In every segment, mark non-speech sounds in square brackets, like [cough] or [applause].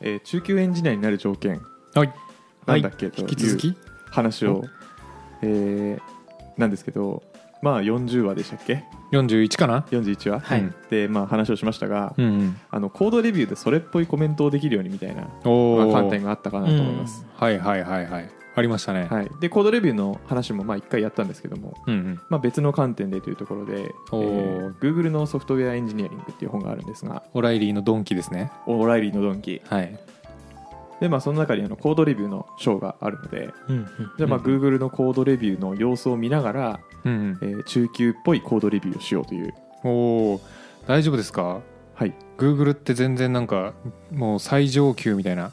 えー中級エンジニアになる条件はいなんだっけ、と引きい続うき話を、えーなんですけどまあ40話でしたっけ41かな41話、はいうんで、まあ、話をしましたが、うんうんあのコードレビューでそれっぽいコメントをできるようにみたいな、まあ、おお観点があったかなと思います、はいはいはいはいありましたねはい、でコードレビューの話もまあ1回やったんですけども、うんうんまあ、別の観点でというところで、えおーー Google のソフトウェアエンジニアリングっていう本があるんですがオライリーのドンキですねオーライリーのドンキはいで、まあ、その中にあのコードレビューの章があるのでうんうんじゃあまあうん Google のコードレビューの様子を見ながら、うんえー中級っぽいコードレビューをしようといううんおお大丈夫ですかはい Google って全然なんかもう最上級みたいな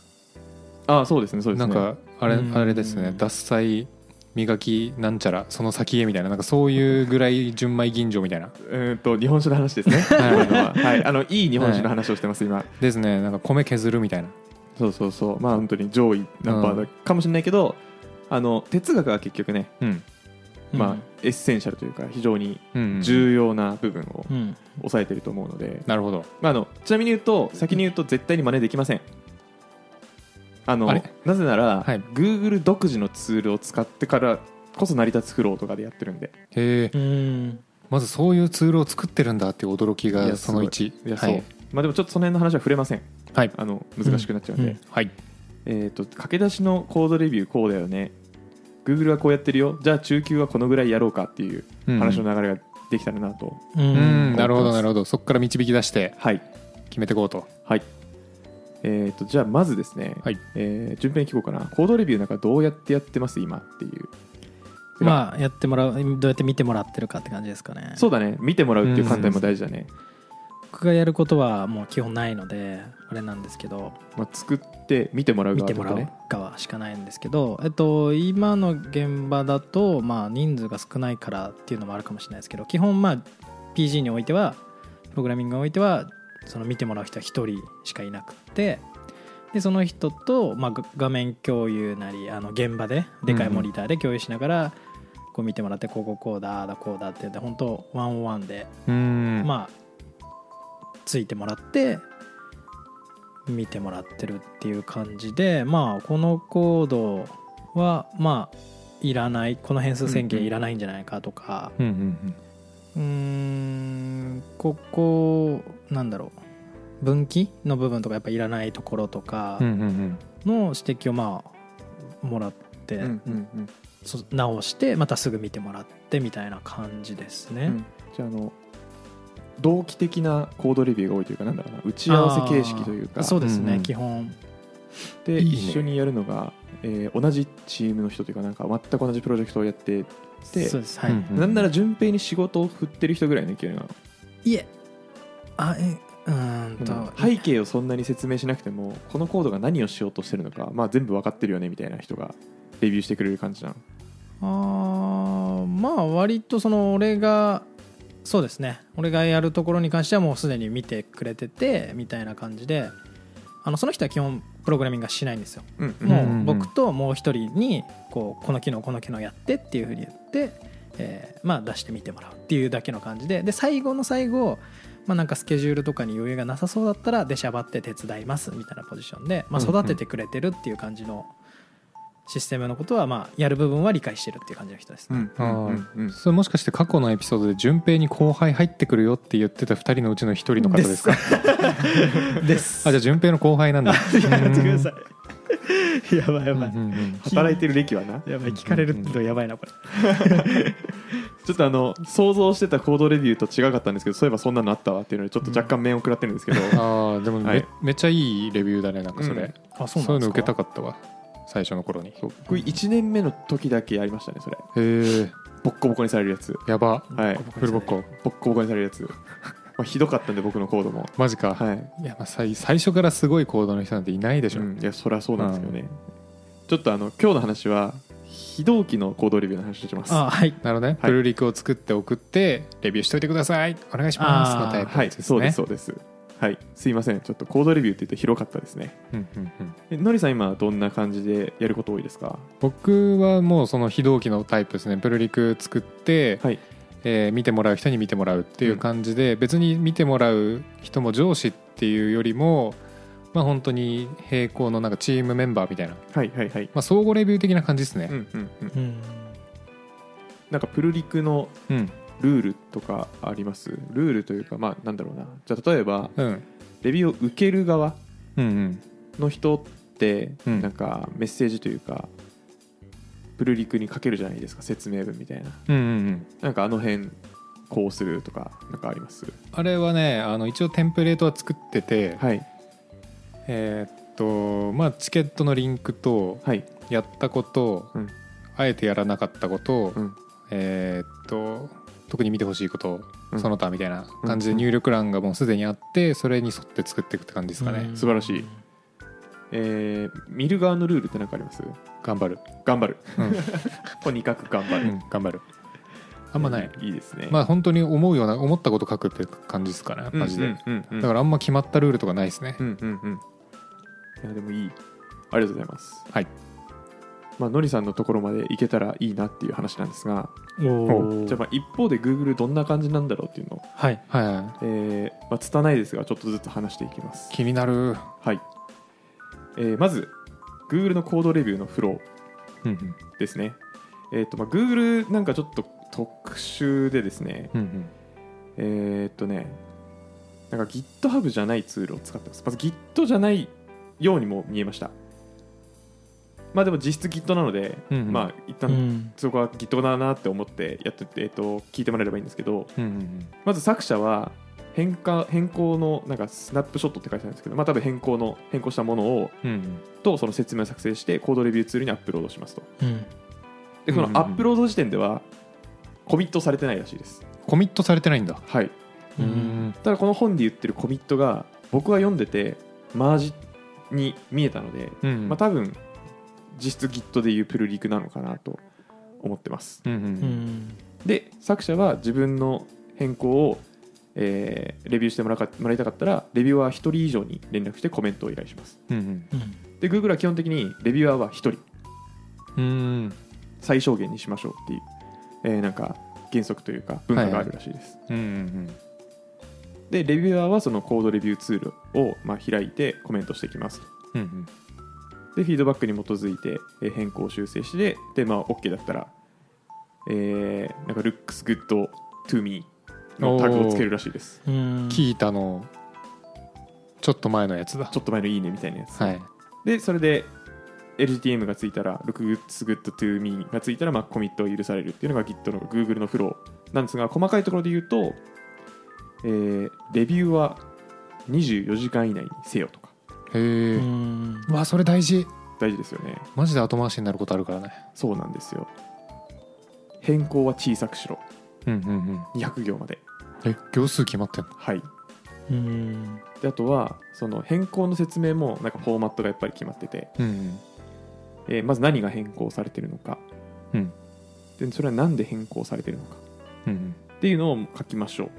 ああそうですねそうですねなんかあれうんあれですね獺祭磨きなんちゃらその先へみたいななんかそういうぐらい純米吟醸みたいなうーんと日本酒の話ですね今のは、はい、あのいい日本酒の話をしてます今、ですねなんか米削るみたいなそうそうそうまあ本当に上位ナンバーだかもしれないけど、あの哲学は結局ね、うんまあ、エッセンシャルというか非常にうんうん重要な部分をうん抑えてると思うので、なるほどまあ、あのちなみに言うと先に言うと絶対に真似できませんあのあれなぜなら、はい Google 独自のツールを使ってからこそ成り立つ苦労とかでやってるんでへえうんまずそういうツールを作ってるんだっていう驚きいがやそのすごい1いや、はいそうまあ、でもちょっとその辺の話は触れませんはいあの難しくなっちゃうんで、うんはいえー、と駆け出しのコードレビューこうだよね Google はこうやってるよじゃあ中級はこのぐらいやろうかっていう話の流れができたらなと、ううんうんなるほ思ってまどすなるほどそこから導き出してはい決めていこうとはいえー、とじゃあまずですね、はいえー順平に聞こうかなコードレビューなんかどうやってやってます今っていうまあやってもらうどうやって見てもらってるかって感じですかねそうだね見てもらうっていう観点も大事だね、僕がやることはもう基本ないのであれなんですけどまあ、作って見てもらう見側てともからうね側しかないんですけど、えっと、今の現場だと、まあ、人数が少ないからっていうのもあるかもしれないですけど基本まあ PG においてはプログラミングにおいてはその見てもらう人は1人しかいなくてでその人と、まあ、が画面共有なりあの現場ででかいモニターで共有しながら、こう見てもらってこうこうこうだああだこうだって言って本当ワンオンワンでうんまあついてもらって見てもらってるっていう感じでまあこのコードはまあいらないこの変数線形いらないんじゃないかとかうんうんうーんここなんだろう分岐の部分とかやっぱいらないところとかうんうんうんの指摘をまあもらって、うんうんうんそ直してまたすぐ見てもらってみたいな感じですね。うんじゃああの同期的なコードレビューが多いというかなんだろうな打ち合わせ形式というあかーそうですね、うんうん基本でいいね一緒にやるのが、えー同じチームの人というかなんか全く同じプロジェクトをやっててそうですはい、うんうんなんなら順平に仕事を振ってる人ぐらいの勢いなのいえあえうーんと、背景をそんなに説明しなくてもこのコードが何をしようとしてるのか、まあ、全部分かってるよねみたいな人がレビューしてくれる感じなのあーまあ割とその俺がそうですね俺がやるところに関してはもうすでに見てくれててみたいな感じであのその人は基本プログラミングはしないんですよ、うんんもう僕ともう一人にこうこの機能この機能やってっていうふうに言って、えーまあ出してみてもらうっていうだけの感じでで最後の最後まあなんかスケジュールとかに余裕がなさそうだったら出しゃばって手伝いますみたいなポジションで、まあ、うんうん育ててくれてるっていう感じのシステムのことはまあやる部分は理解してるっていう感じの人ですね。あーうんそれもしかして過去のエピソードで順平に後輩入ってくるよって言ってた2人のうちの1人の方ですか [laughs] です。あじゃあ順平の後輩なんだやめてください。やばいやばい。うんうんうん働いてる歴はなやばい聞かれるってのやばいなこれ。ちょっとあの想像してたコードレビューと違かったんですけどそういえばそんなのあったわっていうのでちょっと若干面を食らってるんですけど、ああでもめ,、はいめっちゃいいレビューだねなんかそれ、うんあそういうの受けたかったわ最初の頃にへ僕1年目の時だけやりましたねそれえボッコボコにされるやつやばはいフルボッコボッコボコにされるや [laughs] つ、まあ、ひどかったんで僕のコードもマジか、はいい、やまあ最最初からすごい行動の人なんていないでしょ、うんいやそりゃそうなんですけどね、ちょっとあの今日の話は非同期の行動レビューの話をしますあはい。なるほどね、プルリクを作って送ってレビューしといてくださいお願いしますあーのタイプはいですねそうですそうですはいすいませんちょっと行動レビューって言って広かったですねうんうんうんえのりさん今どんな感じでやること多いですか僕はもうその非同期のタイプですねプルリク作って、はいえー見てもらう人に見てもらうっていう感じで、別に見てもらう人も上司っていうよりもまあ本当に並行のなんかチームメンバーみたいな、まはいはいはいあ、相互レビュー的な感じですうね、んうんうんうんなんかプルリクのうんルールとかありますルールというかまあなんだろうなじゃあ例えばうん、うんレビューを受ける側うんうんの人ってうんなんかメッセージというかプルリクに書けるじゃないですか説明文みたいなうんうんなんかあの辺こうするとかなんかありますあれはねあの一応テンプレートは作ってて、はいえーっとまあチケットのリンクとはいやったこと、うんあえてやらなかったこと、うんえーっと特に見てほしいこと、うんその他みたいな感じで入力欄がもうすでにあってそれに沿って作っていくって感じですかね、うん素晴らしいえー見る側のルールって何かあります頑張る、頑張るうん [laughs] とにかく頑張うるん頑張るあんまない、いいですねまあ本当に思うような思ったこと書くって感じですかねうんマジで、うんうんうんだからあんま決まったルールとかないですね、うんうんうんいやでもいいありがとうございますはいまあのりさんのところまで行けたらいいなっていう話なんですがおおじゃあまあ一方で Google どんな感じなんだろうっていうのを、はいはいはえーまあ、拙いですがちょっとずつ話していきますい気になるはい、えーまず Google のコードレビューのフロうんうんーですねえっ、とまあ Google なんかちょっと特殊でですねうんうんえーっとねなんか GitHub じゃないツールを使ってますまず Git じゃないようにも見えましたまあでも実質 Git なので、うんうんまあ一う旦んそこは Git だなって思ってやってて、えーっと聞いてもらえればいいんですけど、うんうんまず作者は変化変更のなんかスナップショットって書いてあるんですけど、まあ、多分変更の変更したものをうんうんとその説明を作成してコードレビューツールにアップロードしますとうんでこのうんうんうんアップロード時点ではコミットされてないらしいです、コミットされてないんだはい、ううんんただこの本で言ってるコミットが僕が読んでてマージに見えたので、うんまあ、多分実質 Git でいうプルリクなのかなと思ってますうんうんう、んで作者は自分の変更を、えーレビューしてもらかもらいたかったらレビューアー1人以上に連絡してコメントを依頼しますうんうんで Google は基本的にレビューアーは1人うんうん最小限にしましょうっていう、えーなんか原則というか文化があるらしいです、うんうんでレビューアーはそのコードレビューツールを、まあ、開いてコメントしてきますうんうんでフィードバックに基づいて、えー変更修正してで、まあ、OK だったら、えーなんか looks good to me のタグをつけるらしいですうん聞いたのちょっと前のやつだちょっと前のいいねみたいなやつ、はいでそれで LGTM がついたら LooksGoodToMe がついたら、まあ、コミットを許されるっていうのが Git の Google のフローなんですが細かいところで言うと、えーレビューは24時間以内にせよとかへえ、ううんわそれ大事大事ですよねマジで後回しになることあるからねそうなんですよ変更は小さくしろうんうんうん200行までえ行数決まってんのはいうんであとはその変更の説明もなんかフォーマットがやっぱり決まっててうんえーまず何が変更されてるのか、うんでそれは何で変更されてるのかうんうんっていうのを書きましょう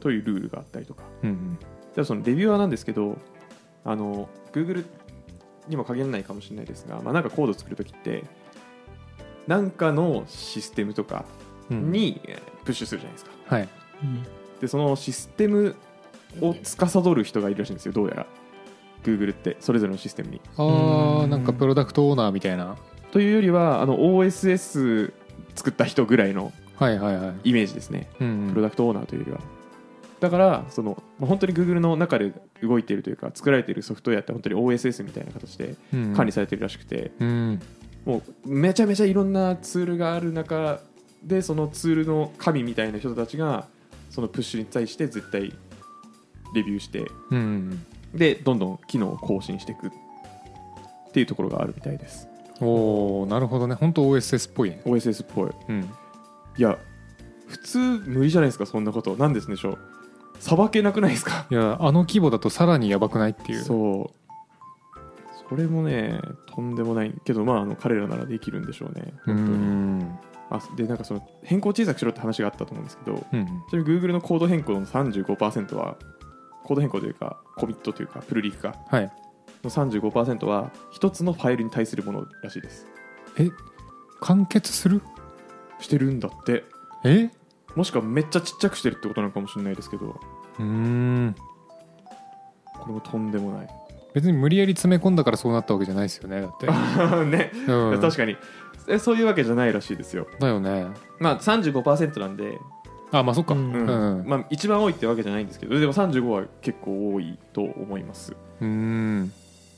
というルールがあったりとかうんでそのレビュアーなんですけどあの Google にも限らないかもしれないですが、まあ、なんかコード作るときって何かのシステムとかうんにえープッシュするじゃないですか、はいうんでそのシステムを司る人がいるらしいんですよどうやら Google ってそれぞれのシステムにあうーんなんかプロダクトオーナーみたいなというよりはあの OSS 作った人ぐらいのはいはいはいイメージですねうんうんプロダクトオーナーというよりは。だからその、まあ本当に Google の中で動いているというか作られているソフトウェアって本当に OSS みたいな形でうんうん管理されているらしくて、うんもうめちゃめちゃいろんなツールがある中でそのツールの神みたいな人たちがそのプッシュに対して絶対レビューしてうんうんでどんどん機能を更新していくっていうところがあるみたいですおーなるほどね本当 OSS っぽいね OSS っぽいうんいや普通無理じゃないですかそんなことなんですでしょうさばけなくないですかいやあの規模だとさらにやばくないっていうそうそれもねとんでもないけどまああの彼らならできるんでしょうね本う当にんあでなんかその変更小さくしろって話があったと思うんですけどうんちなみに Google のコード変更の35%はコード変更というかコミットというかプルリクかはいの35%は一つのファイルに対するものらしいですえ完結するしてるんだってえもしくはめっちゃちっちゃくしてるってことなのかもしれないですけどうーんこれもとんでもない別に無理やり詰め込んだからそうなったわけじゃないですよねだって、 [laughs] ね、うん、確かにえそういうわけじゃないらしいですよだよねまあ35%なんで、あまあそっかううんん、まあ、一番多いってわけじゃないんですけどでも35は結構多いと思いますうん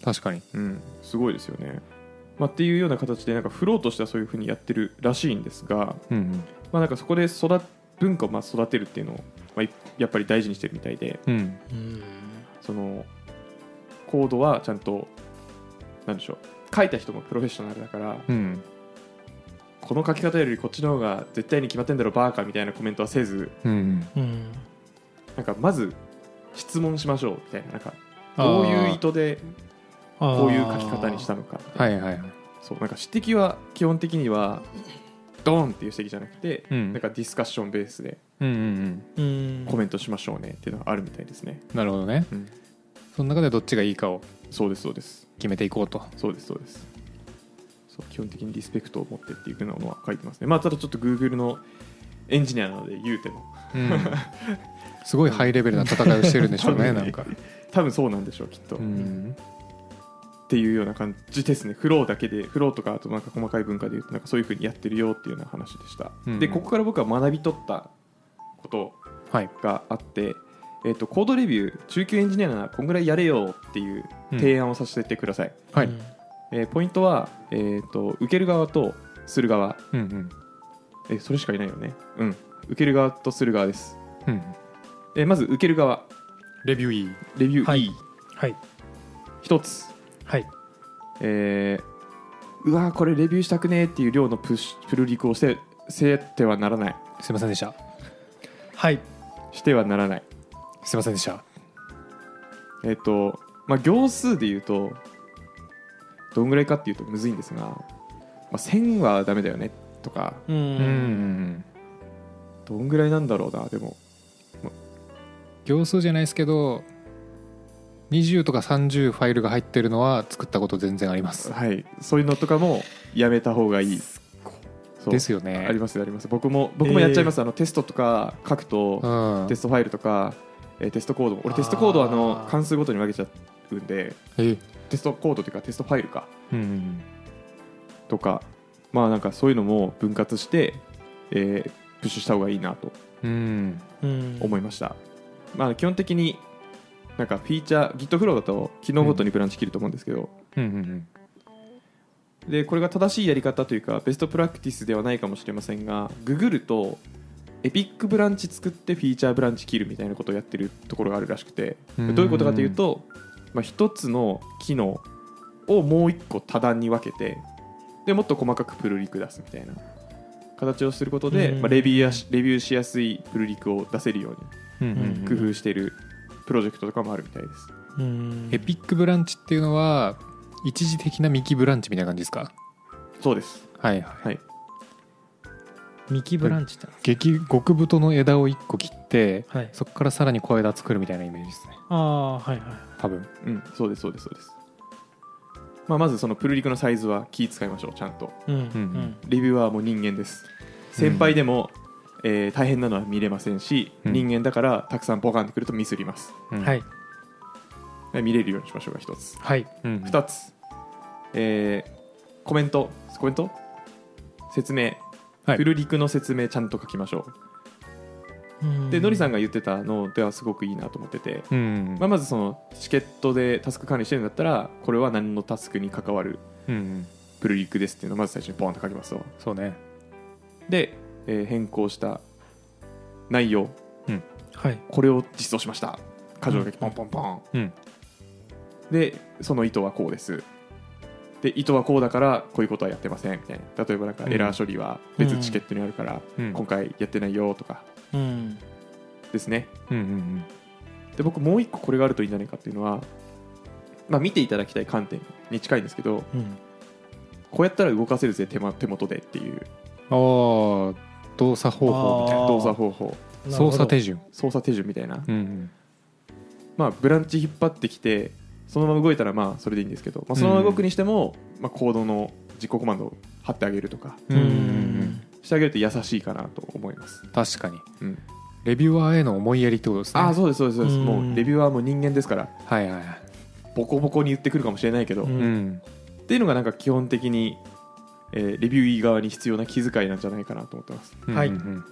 確かにうん、すごいですよね。まあ、っていうような形でなんかフローとしてはそういうふうにやってるらしいんですが、うんまあ、なんかそこで育文化をまあ育てるっていうのを、まあい、やっぱり大事にしてるみたいでうんうんうんそのコードはちゃんとなんでしょう書いた人もプロフェッショナルだからうんこの書き方よりこっちの方が絶対に決まってんだろバーカみたいなコメントはせずうんうんなんかまず質問しましょうみたいななんかどういう意図でこういう書き方にしたのかあーはいはいはいそうなんか指摘は基本的にはドーンっていう指摘じゃなくて、うんなんかディスカッションベースでうんうんうんうんコメントしましょうねっていうのがあるみたいですね、なるほどねうんその中でどっちがいいかをそうですそうです決めていこうとそうですそうですそう基本的にリスペクトを持ってっていうのは書いてますねまあただちょっと Google のエンジニアなので言うてもうんすごいハイレベルな戦いをしてるんでしょうね、 [laughs] 多分なねんか。多分そうなんでしょうきっと、うっん、ていうような感じですねフローだけでフローとかあとなんか細かい文化で言うとなんかそういうふうにやってるよっていうような話でした、うんでここから僕は学び取ったことをはい。があって、えっとコードレビュー中級エンジニアならこんぐらいやれよっていう提案をさせてください、はい。うんえーポイントは、えっと受ける側とする側うんうん。えそれしかいないよねうん受ける側とする側です、うん。えーまず受ける側レビューいい。レビュはーい E1 はい、つ、はいえーうわーこれレビューしたくねーっていう量のプッシュプルリクをしてせてはならないすいませんでした。はいしてはならないすいませんでした。えっ、と、まあ、行数で言うと、どんぐらいかっていうとむずいんですが、まあ、1000はダメだよねとか、ううんんうんうん。どんぐらいなんだろうな、でも、行数じゃないですけど、20とか30ファイルが入ってるのは作ったこと全然あります。はい、そういうのとかもやめた方がいい。そうですよね。ありますあります。僕も、僕もやっちゃいます。あのテストとか書くと、うんテ。ストファイルとか、えーテストコードも、俺テストコードはあのあー関数ごとに分けちゃうんで、えテストコードというかテストファイルか、うんうん。とか、まあなんかそういうのも分割して、えープッシュした方がいいなとうん。うん思いました、まあ、基本的になんかフィーチャー Git フローだと機能ごとにブランチ切ると思うんですけど、うんうんでこれが正しいやり方というかベストプラクティスではないかもしれませんがググるとエピックブランチ作ってフィーチャーブランチ切るみたいなことをやってるところがあるらしくてうんどういうことかというと、まあ、一つの機能をもう一個多段に分けてでもっと細かくプルリク出すみたいな形をすることで、うんまあ、レビューやしレビューしやすいプルリクを出せるようにうん。うんうん工夫してるプロジェクトとかもあるみたいです。うんエピックブランチっていうのは、一時的なミキブランチみたいな感じですかそうです。はいはい。はい。ミキブランチってなんです激極太の枝を1個切ってはいそこからさらに小枝作るみたいなイメージですねああはいはい多分うん、そうです、そうです、そうです。まあ、まずそのプルリクのサイズは気使いましょう、ちゃんと。うんうんんレビューアーも人間です。先輩でも、えー大変なのは見れませんし、うん人間だからたくさんボカンってくるとミスります。うんはいで見れるようにしましょうが一つ。はいうん二つ、えーコメント、コメント説明、はいプルリクの説明ちゃんと書きましょう。で、のりさんが言ってたのではすごくいいなと思ってて、うんまあ、まずそのチケットでタスク管理してるんだったらこれは何のタスクに関わるうんうんプルリクですっていうのをまず最初にポンと書きますとそうねで、えー変更した内容はいこれを実装しました箇条書きポンポンポン、うんでその意図はこうですで意図はこうだからこういうことはやってませんみたいな例えばなんかうんエラー処理は別チケットにあるからうん今回やってないよとかうんですねうんうんで僕もう一個これがあるといいんじゃないかっていうのは、まあ、見ていただきたい観点に近いんですけど、うんこうやったら動かせるぜ手間手元でっていううんああ動作方法みたいあー動作方法な操作手順順操作手順みたいな、うんうんまあブランチ引っ張ってきてそのまま動いたらまあそれでいいんですけど、まあ、そのまま動くにしても、まあ、コードの実行コマンドを貼ってあげるとかうんうんうんしてあげると優しいかなと思います、確かにうんレビュアーへの思いやりってことですねああそうですそうですそうですうんもうレビューはもう人間ですからはいはいはいボコボコに言ってくるかもしれないけど、うっんうんていうのがなんか基本的に、えーレビュー側に必要な気遣いなんじゃないかなと思ってますはいうんうんうん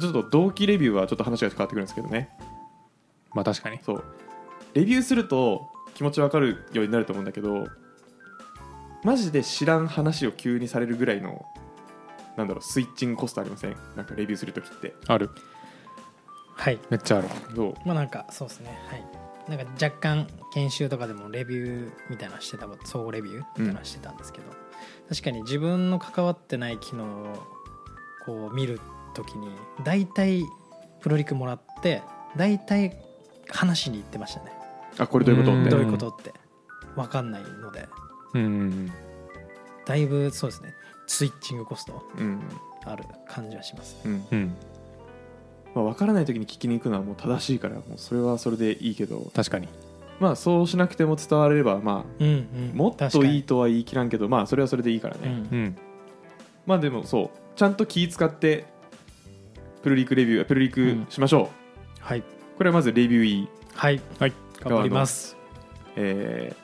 ちょっと動機レビューはちょっと話が変わってくるんですけどねまあ確かにそうレビューすると気持ちわかるようになると思うんだけどマジで知らん話を急にされるぐらいのなんだろうスイッチングコストありませんなんかレビューするときってあるはいめっちゃあるそうまあなんかそうですねはいなんか若干研修とかでもレビューみたいなのしてたこと総合レビューみたいなのしてたんですけど、確かに自分の関わってない機能をこう見るときに大体プロリクもらって大体話しに行ってましたね、あこれどういうことうんってどういうことって分かんないのでうんうんだいぶそうですねスイッチングコストうんある感じはしますうんうんうんまあ、分からない時に聞きに行くのはもう正しいからもうそれはそれでいいけど、確かにまあ、そうしなくても伝われれば、まうあ、んうんもっといいとは言い切らんけど、まあ、それはそれでいいからね、確かにうんうんまあでもそうちゃんと気使ってプルリクレビュープルリクしましょはい、う、これはまずレビューイー、はい、はい頑張りますえ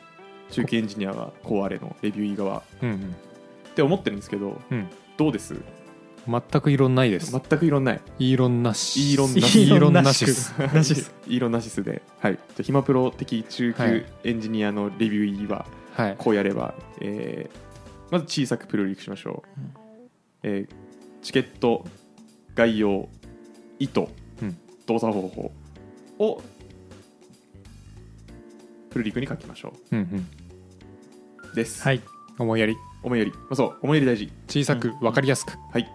ー中継エンジニアはこうあれのレビューイー側っうんて思ってるんですけどうんどうですうん全く異論ないです全くいろんない異論なし異論なし異論な [laughs] しですナシスいろんなシスで、はい、じゃあヒマプロ的中級エンジニアのレビューイーははいこうやれば、えーまず小さくプルリクしましょう、うんえーチケット概要意図、うん動作方法をプルリクに書きましょうんうんうです、はい思いやり思いやり、まあ、そう思いやり大事小さくうん分かりやすくはい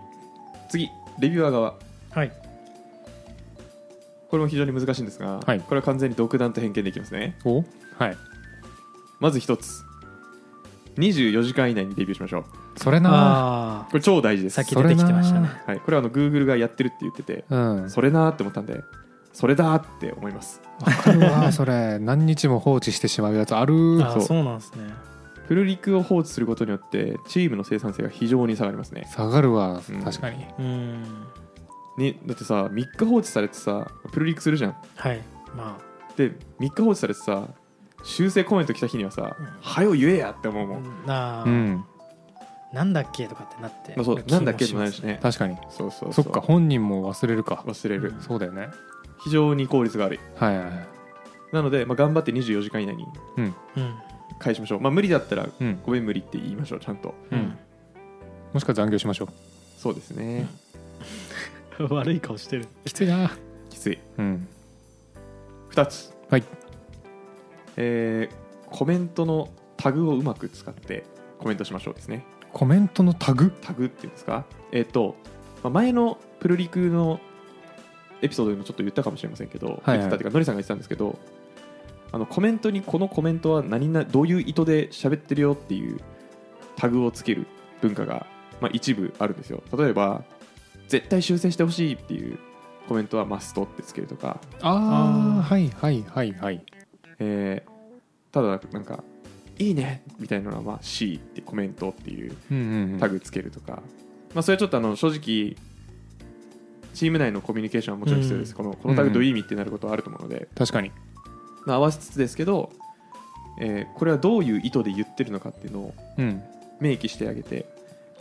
次レビュアー側はいこれも非常に難しいんですが、はいこれは完全に独断と偏見でいきますねおはいまず一つ24時間以内にレビューしましょうそれなあこれ超大事であすさっき出てきてましたねそはい、これはあの Google がやってるって言っててうんそれなーって思ったんでそれだーって思いますう [laughs] わそれ何日も放置してしまうやつあるあーそうそうなんですねフルリクを放置することによってチームの生産性が非常に下がりますね下がるわうん確かにうんにだってさ3日放置されてさプルリクするじゃんはいまで3日放置されてさ修正コメント来た日にはさうん「はよ言えや!」って思うもん、あなあ、うんなんだっけとかってなって、まあ、そう気もなんだっけってなるしね確かにそうそうそうっか本人も忘れるか忘れるうんそうだよね非常に効率が悪いはいはいはいなので、まあ、頑張って24時間以内にします返しましょうまあ無理だったらうんごめん無理って言いましょうちゃんとううんんもしくは残業しましょうそうですねうん悪い顔してるきついなきついうん2つはいえーコメントのタグをうまく使ってコメントしましょうですねコメントのタグタグっていうんですかえっ、と、まあ、前のプルリクのエピソードでもちょっと言ったかもしれませんけど、はいはい言ってたっていうかのりさんが言ってたんですけどあのコメントにこのコメントは何などういう意図で喋ってるよっていうタグをつける文化が、まあ、一部あるんですよ例えば絶対修正してほしいっていうコメントはマストってつけるとか、ああーあはいはいはいはいえーただなんかいいねみたいなのは、まあ、C ってコメントっていううんうんうんタグつけるとか、まあ、それはちょっとあの正直チーム内のコミュニケーションはもちろん必要です、うんこのこのタグどういう意味ってなることはあると思うので、確かにまあ、合わせつつですけど、えーこれはどういう意図で言ってるのかっていうのをうん明記してあげて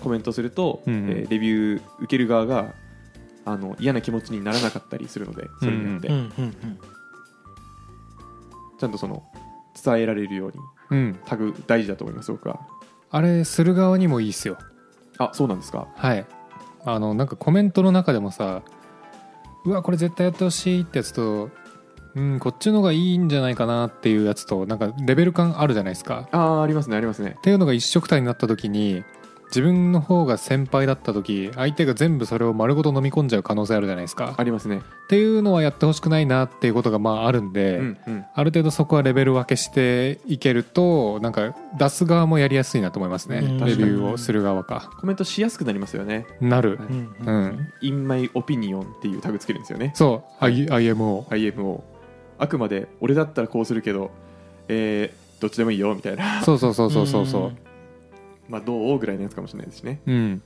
コメントすると、うんうんえーレビュー受ける側があの嫌な気持ちにならなかったりするのでそれによって、うんうんちゃんとその伝えられるようにうんタグ大事だと思います僕はあれする側にもいいっすよあそうなんですかはいあのなんかコメントの中でもさうわこれ絶対やってほしいってやつとうんこっちの方がいいんじゃないかなっていうやつとなんかレベル感あるじゃないですかああありますねありますねっていうのが一緒くたになった時に自分の方が先輩だった時相手が全部それを丸ごと飲み込んじゃう可能性あるじゃないですかありますねっていうのはやってほしくないなっていうことがまああるんで、うんうんある程度そこはレベル分けしていけるとなんか出す側もやりやすいなと思いますね、うんレビューをする側かコメントしやすくなりますよねなる、はういんううんん In My Opinion っていうタグつけるんですよね、そう、I- IMO IMO。あくまで俺だったらこうするけど、えーどっちでもいいよみたいな、 [laughs] そうそうそうそうそうそうんうまあ、どうぐらいのやつかもしれないですね。うん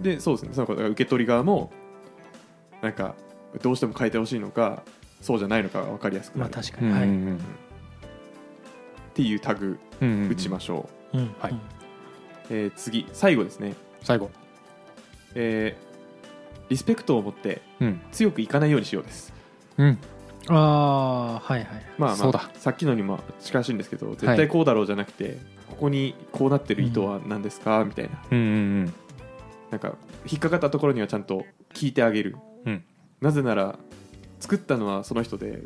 で、そうですね、そのだから受け取り側も、なんか、どうしても変えてほしいのか、そうじゃないのかが分かりやすくなまある。確かうに、んうはいんっていうタグうんうんうん打ちましょう、うんはいえー次最後ですね、最後えーリスペクトを持ってうん強くいかないようにしようですうんああはいはいまあそまうだあさっきのにも近しいんですけど絶は対いこうだろうじゃなくて、ここにこうなってる意図は何ですか、みたいなうんうんなんか引っかかったところにはちゃんと聞いてあげるうんうんなぜなら作ったのはその人で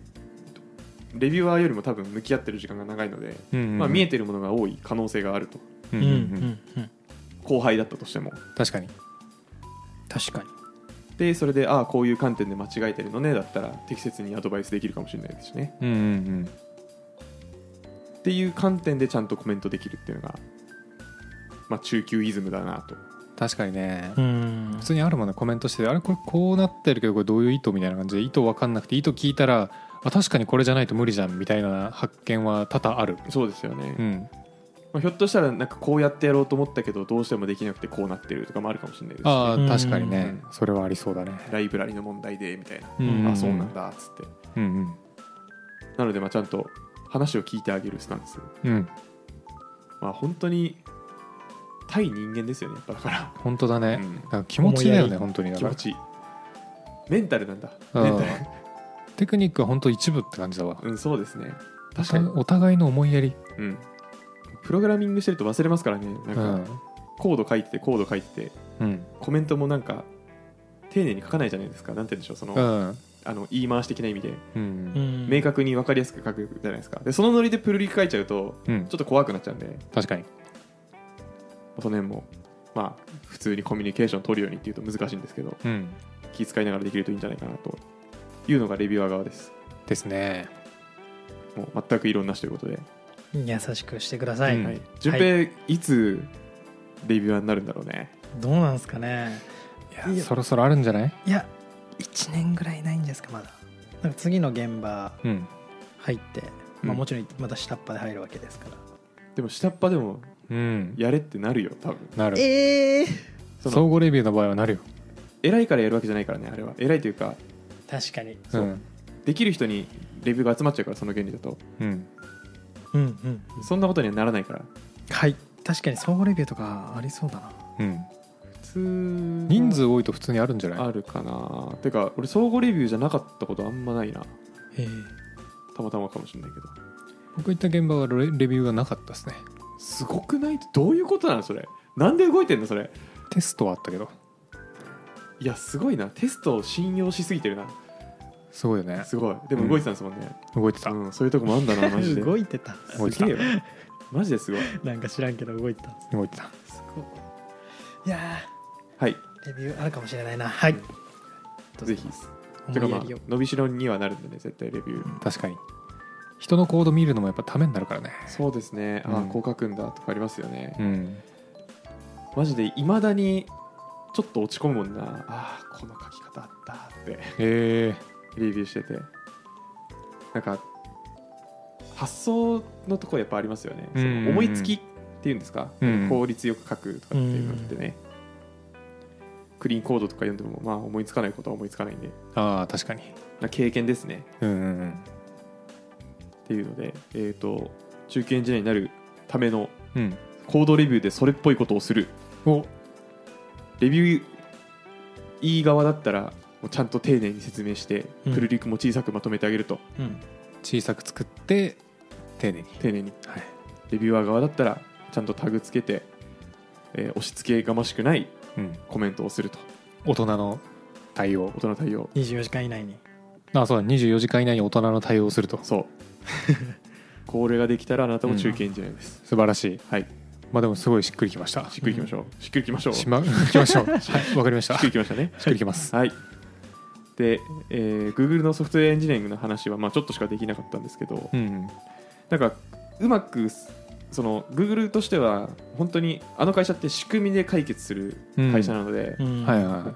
レビュアーよりも多分向き合ってる時間が長いので、うんうんうんまあ、見えてるものが多い可能性があるとううんんううんんうんうん後輩だったとしても確かに確かにでそれでああこういう観点で間違えてるのねだったら適切にアドバイスできるかもしれないですしねうんうんっていう観点でちゃんとコメントできるっていうのが、まあ、中級イズムだなとうん確かにねうん普通にあるもんねコメントしてあれこれこうなってるけどこれどういう意図みたいな感じで意図分かんなくて意図聞いたらあ確かにこれじゃないと無理じゃんみたいな発見は多々あるそうですよね、うんまあ、ひょっとしたらなんかこうやってやろうと思ったけどどうしてもできなくてこうなってるとかもあるかもしれないですしねああ確かにうねんそれはありそうだねライブラリの問題でみたいな、うんあそうなんだっつってうんなのでまあちゃんと話を聞いてあげるスタンスうんうんまあ本当に対人間ですよねやっぱだから本当だねうんなんか気持ちだよね思いやり本当にだ気か持らちいいメンタルなんだうんメンタルテクニックは本当一部って感じだわうんそうですね確かに、お互いの思いやりうん、プログラミングしてると忘れますからねなうんかんコード書いててコード書いててうんコメントもなんか丁寧に書かないじゃないですかなんて言うんでしょうその,、うんあの言い回し的な意味でうんん明確に分かりやすく書くじゃないですかでそのノリでプルリク書いちゃうとうんちょっと怖くなっちゃうんで確かにその辺もまあ普通にコミュニケーション取るようにっていうと難しいんですけどうん気遣いながらできるといいんじゃないかなというのがレビュアー側ですですねもう全く異論なしということで、優しくしてください、うんはい、順平、い、つレビュアーになるんだろうねどうなんですかねいいややそろそろあるんじゃないいや1年ぐらいないんですかまだなんか次の現場うん入って、うんまあ、もちろんまた下っ端で入るわけですから、でも下っ端でもうんやれってなるよ多分なるええその総合レビューの場合はなるよ偉いからやるわけじゃないからねあれは偉いというか確かにそうできる人にレビューが集まっちゃうからその原理だとうんうんうんそんなことにはならないからはい確かに総合レビューとかありそうだなうん普通は人数多いと普通にあるんじゃないあるかなてか俺総合レビューじゃなかったことあんまないなええたまたまかもしれないけど僕行った現場はレレビューがなかったですねすごくないどういうことなのそれなんで動いてんのそれテストはあったけどいやすごいなテストを信用しすぎてるなすごいよねすごいでも動いてたんですもんね、動いてうたんそういうとこもあんだなマジで動いてた動いてすたげえよマジですごいなんか知らんけど動いてた動いてたすごいいやはいーレビューあるかもしれないなはいどうぞぜひてか思いまやありを伸びしろにはなるんでね絶対レビュー確かに人の行動見るのもやっぱためになるからねそうですねああうんこう書くんだとかありますよねうんマジでいまだにちょっと落ち込むもんなああこの書き方あったってえレビューしててなんか発想のところやっぱありますよね、うんうんうんその思いつきっていうんですか、うん効率よく書くとかっていうのってね、クリーンコードとか読んでもまあ思いつかないことは思いつかないんでー、ああ確かにな経験ですねうんうんうんっていうので、えー、と中級エンジニアになるためのうんコードレビューでそれっぽいことをするおレビューいい側だったらもうちゃんと丁寧に説明して、うんプルリクも小さくまとめてあげるとうん小さく作って丁寧に丁寧にはいレビューアー側だったらちゃんとタグつけて、えー押し付けがましくないうんコメントをすると大人の対応大人対応24時間以内にあそうだ24時間以内に大人の対応をするとそうこれができたらあなたも中堅エンジニアです、素晴らしいはいまあでもすごいしっくりきましたしっくりいきましょう、しっくりいきましょうししま [laughs] 行きましょうはいわかりましたっしくりっいきましたねくりきますはいで、えー Google のソフトウェアエンジニアリングの話は、まあ、ちょっとしかできなかったんですけどうんなんかうまくその Google としては本当にあの会社って仕組みで解決する会社なので、うんんはいは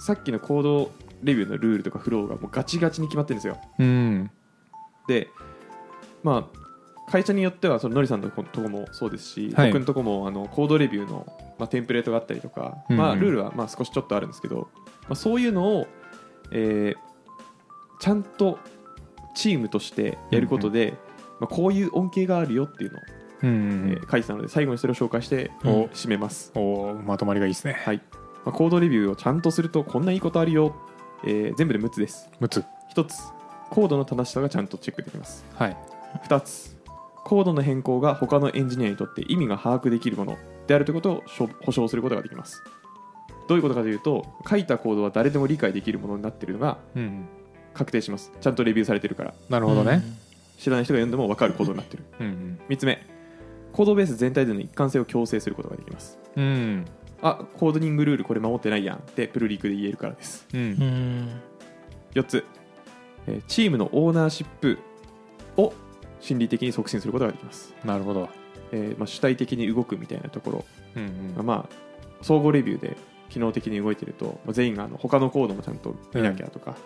さっきの行動レビューのルールとかフローがもうガチガチに決まってるんですよいうんでまあ会社によってはそののりさんのとことこもそうですし、はい僕のとこもあのコードレビューの、まあ、テンプレートがあったりとか、うんうんまあ、ルールはまあ少しちょっとあるんですけど、まあ、そういうのを、えーちゃんとチームとしてやることで、まあ、こういう恩恵があるよっていうのを、うんえー書いてたので最後にそれを紹介してうん締めます、うん、おーまとまりがいいですねはいまあ、コードレビューをちゃんとするとこんないいことあるよ、えー全部で6つです6つ1つコードの正しさがちゃんとチェックできますはい2つコードの変更が他のエンジニアにとって意味が把握できるものであるということを証保証することができますどういうことかというと書いたコードは誰でも理解できるものになっているのがうんうん確定しますちゃんとレビューされてるからなるほどね、知らない人が読んでも分かるコードになってるうん3つ目コードベース全体での一貫性を強制することができますうんうんあコードニングルールこれ守ってないやんってプルリクで言えるからですううんん4つ、えーチームのオーナーシップを心理的に促進することができます、なるほどえーまあ、主体的に動くみたいなところうんが、まあ、総合レビューで機能的に動いてると、まあ、全員があの他のコードもちゃんと見なきゃとか、うん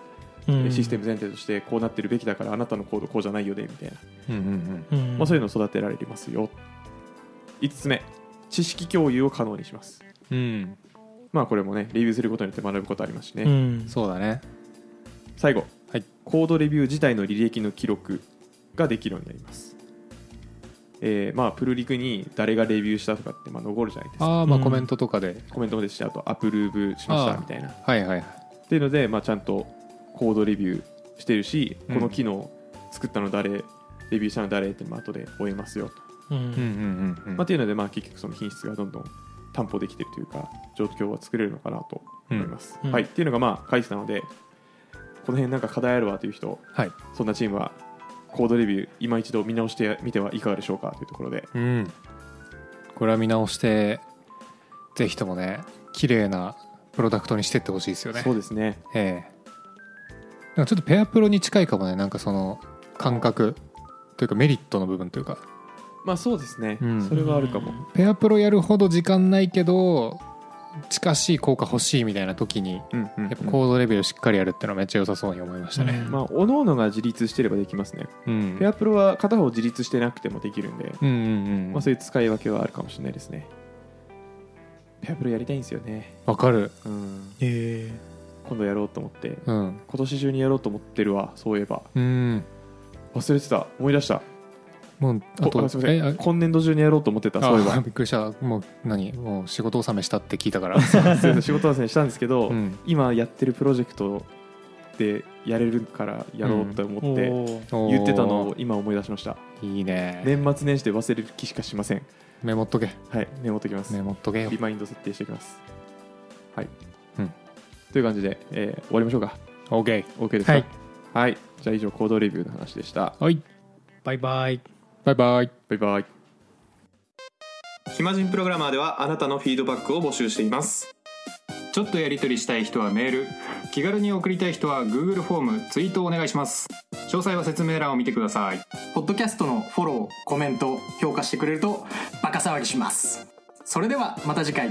えーシステム前提としてこうなってるべきだからあなたのコードこうじゃないよねみたいな、うんうんうんうんまあ、そういうのを育てられますよ5つ目知識共有を可能にしますうんうんまあこれもねレビューすることによって学ぶことありますしね、うんそうだね最後、はいコードレビュー自体の履歴の記録ができるようになります、えーまあプルリクに誰がレビューしたとかってまあ残るじゃないですかああまあうんコメントとかで、コメントもですしあとアプローブしましあたーみたいなっはいはいはいていうので、まあ、ちゃんとコードレビューしてるし、うんこの機能作ったの誰レビューしたの誰ってまあ後で追えますよと、ううんうんうんんうんまあ、っていうのでまあ結局その品質がどんどん担保できてるというか状況は作れるのかなと思います、うんうんはいっていうのがまあ書いてたのでこの辺なんか課題あるわという人はいそんなチームはコードレビュー今一度見直してみてはいかがでしょうかというところでうんこれは見直してぜひともね綺麗なプロダクトにしてってほしいですよねそうですねええなんかちょっとペアプロに近いかもねなんかその感覚というかメリットの部分というかまあそうですね、うんそれはあるかも、ペアプロやるほど時間ないけど近しい効果欲しいみたいな時にうんうんうんやっぱコードレビューをしっかりやるってのはめっちゃ良さそうに思いましたねまあ各々が自立してればできますねうんペアプロは片方自立してなくてもできるんで、うんうんうんまあ、そういう使い分けはあるかもしれないですねペアプロやりたいんですよね、わかるうん、ええ今度やろうと思ってうん今年中にやろうと思ってるわそういえばうん忘れてた思い出したもうあことあすみませえあん今年度中にやろうと思ってたそういえあばびっくりしたもう何もう仕事納めしたって聞いたから [laughs] すいません仕事はせんしたんですけど、うん今やってるプロジェクトでやれるからやろうと思って、おーおー言ってたのを今思い出しましたいいね年末年始で忘れる気しかしませんメモっとけはいメモっときますメモっとけよリマインド設定しておきますはい、うんという感じで、えー終わりましょうか OK OK ですかはい、はいじゃあ以上行動レビューの話でしたはいバイバイバイバイバイバイ暇人プログラマーではあなたのフィードバックを募集していますちょっとやり取りしたい人はメール気軽に送りたい人は Google フォームツイートをお願いします詳細は説明欄を見てくださいポッドキャストのフォロー、コメント、評価してくれるとバカ騒ぎします。それではまた次回。